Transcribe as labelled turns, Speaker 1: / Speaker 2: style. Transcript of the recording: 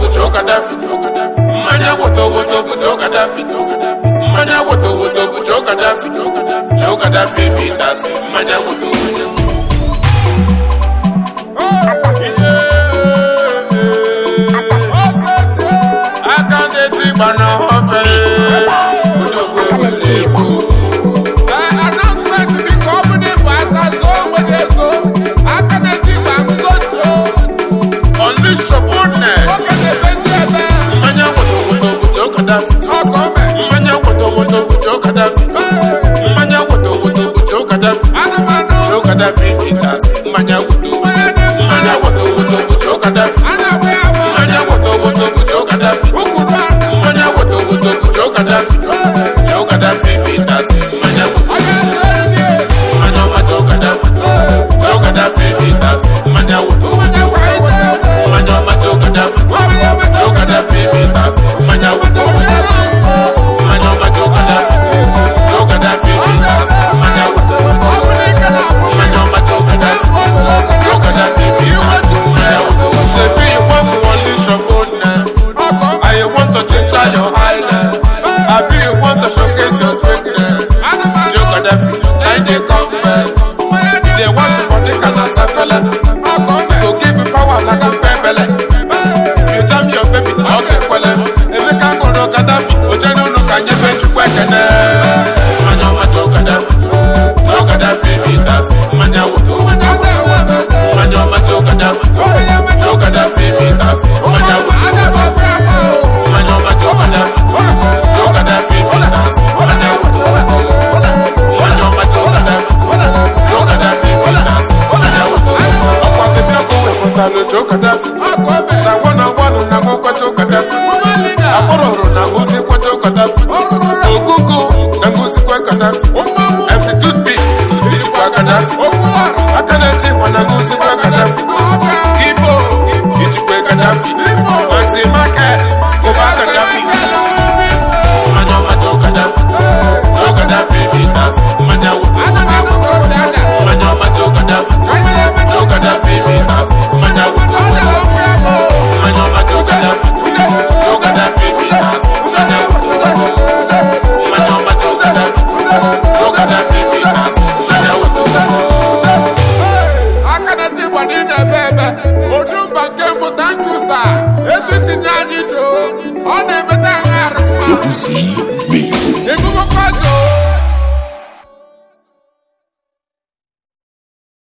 Speaker 1: Gaddafi. Manya woto woto buto Gaddafi. Manya woto woto buto Gaddafi. Joe Gaddafi bitase. Manya woto woto. Akande ti gbana ọfẹ. Odogbo wele ibo. Unleash your boldness. Mmanya woto woto buto Gaddafi. Mmanya woto woto buto Gaddafi. Mmanya woto woto buto Gaddafi. Joe Gaddafi bitase. Mmanya woto Mmanya woto woto buto Gaddafi. Mmanya woto woto buto Gaddafi. Mmanya woto woto buto Gaddafi. Joe Gaddafi bitase. Mmanya woto. Manya macho Gaddafi. Joe Gaddafi bitase. Manya woto. Manya macho Gaddafi. Joe Gaddafi bitase. Manya woto. Manya macho Gaddafi. Joe Gaddafi bitase. Manya woto. Manya macho Gaddafi. Joe Gaddafi bitase. Manya woto. Shebi you want to unleash your boldness. I want to change your highness. I be you want to showcase your greatness. Joe Gaddafi, I dey confess. Dey wash your body can as a fella. Go give you power like a pebble. If you jam your baby, I'll get well. Emeka Goro Gaddafi, Ojeno no can you bet you kwekene. Manya wa Joe Gaddafi, Joe Gaddafi bitas. Manya wutu, manya wa Joe Gaddafi, Joe Gaddafi bitas. Manya wutu, manya wa Joe Gaddafi, Joe Gaddafi bitas. Manya wutu. akpọrọrụ na ngụzikwa chokọtafi okuku na ngụzikwa kọtafi emstitutbi ijikwa kọtafi aka na-eche ịgba na ngụzikwa kọtafi skibo ijikwa kọtafi mazimake gụba kọtafi Manya macho Gaddafi, Joe Gaddafi bitas. Manya wuto, manya macho Gaddafi, Joe Gaddafi bitas. Manya wuto, manya macho Gaddafi, Joe Gaddafi bitas. Manya wuto, manya macho Gaddafi, Joe Gaddafi bitas. Manya wuto.
Speaker 2: akanati bɔdi dɛbɛ bɛ odun banke mu thank you sir etu si nya ni jo ɔna ebe tɛ ŋa yɛrɛ kuma.
Speaker 1: You see, face.
Speaker 2: ebi